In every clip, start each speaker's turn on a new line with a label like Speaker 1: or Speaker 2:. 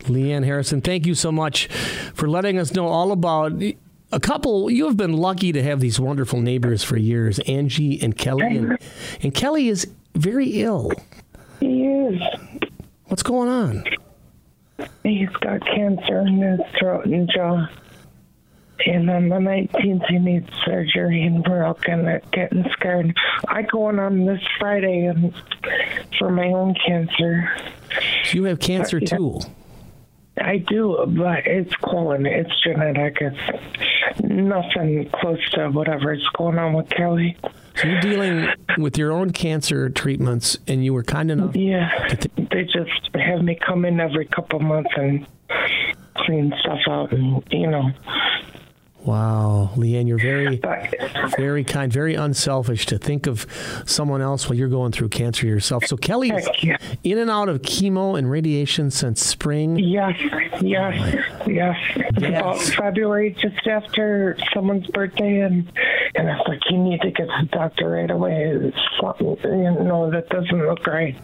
Speaker 1: Leanne Harrison, thank you so much for letting us know all about a couple. You have been lucky to have these wonderful neighbors for years, Angie and Kelly. And, and Kelly is very ill.
Speaker 2: He is.
Speaker 1: What's going on?
Speaker 2: He's got cancer in his throat and jaw. And on the 19th, he needs surgery, and we're all gonna getting scared. I go in on this Friday and for my own cancer.
Speaker 1: So you have cancer
Speaker 2: Yeah.
Speaker 1: too.
Speaker 2: I do, but it's colon. It's genetic. It's nothing close to whatever's going on with Kelly.
Speaker 1: So you're dealing with your own cancer treatments, and you were kind enough.
Speaker 2: Yeah, they just have me come in every couple months and clean stuff out, and you know.
Speaker 1: Wow, Leanne, you're very,
Speaker 2: But
Speaker 1: very kind, very unselfish to think of someone else while you're going through cancer yourself. So Kelly is
Speaker 2: Heck, yeah.
Speaker 1: in and out of chemo and radiation since spring.
Speaker 2: yes, yes, yes.
Speaker 1: Yes.
Speaker 2: It's About February, just after someone's birthday, and and I was like, you need to get to the doctor right away. It's Something, you know, that doesn't look right.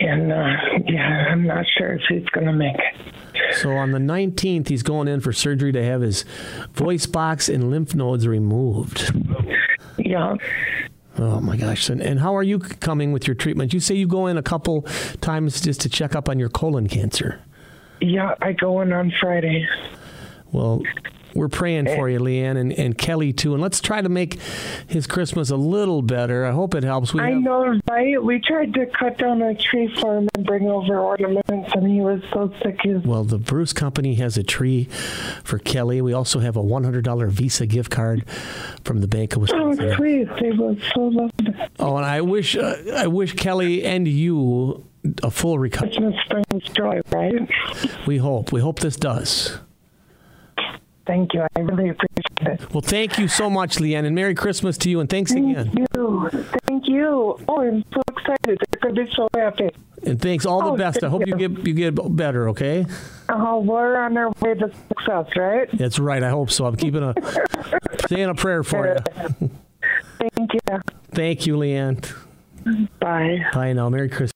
Speaker 2: And uh, yeah, I'm not sure if he's gonna make it.
Speaker 1: So on the 19th, he's going in for surgery to have his voice box and lymph nodes removed.
Speaker 2: Yeah.
Speaker 1: Oh my gosh! And, and how are you coming with your treatment? You say you go in a couple times just to check up on your colon cancer.
Speaker 2: Yeah, I go in on Friday.
Speaker 1: Well, we're praying for you, Leanne, and, and Kelly too. And let's try to make his Christmas a little better. I hope it helps. We
Speaker 2: I
Speaker 1: have-
Speaker 2: know, right? We tried to cut down a tree for him and bring over ornaments, and he was so sick. He was,
Speaker 1: Well, the Bruce Company has a tree for Kelly. We also have a $100 Visa gift card from the Bank of
Speaker 2: oh,
Speaker 1: Wisconsin.
Speaker 2: please, he was so lovely.
Speaker 1: Oh, and I wish uh, I wish Kelly and you a full recovery.
Speaker 2: Christmas brings joy, right?
Speaker 1: We hope. We hope this does.
Speaker 2: Thank you. I really appreciate it.
Speaker 1: Well, thank you so much, Leanne, and Merry Christmas to you, and thanks again.
Speaker 2: Thank you. Thank you. Oh, I'm so excited. They're going to be so happy.
Speaker 1: And thanks. All the
Speaker 2: Oh,
Speaker 1: best. I
Speaker 2: thank
Speaker 1: hope you
Speaker 2: you.
Speaker 1: get you get better, okay?
Speaker 2: Oh, we're on our way to success, right?
Speaker 1: That's right. I hope so. I'm keeping a saying a prayer for you.
Speaker 2: Thank you.
Speaker 1: Thank you, Leanne.
Speaker 2: Bye.
Speaker 1: Bye now. Merry Christmas.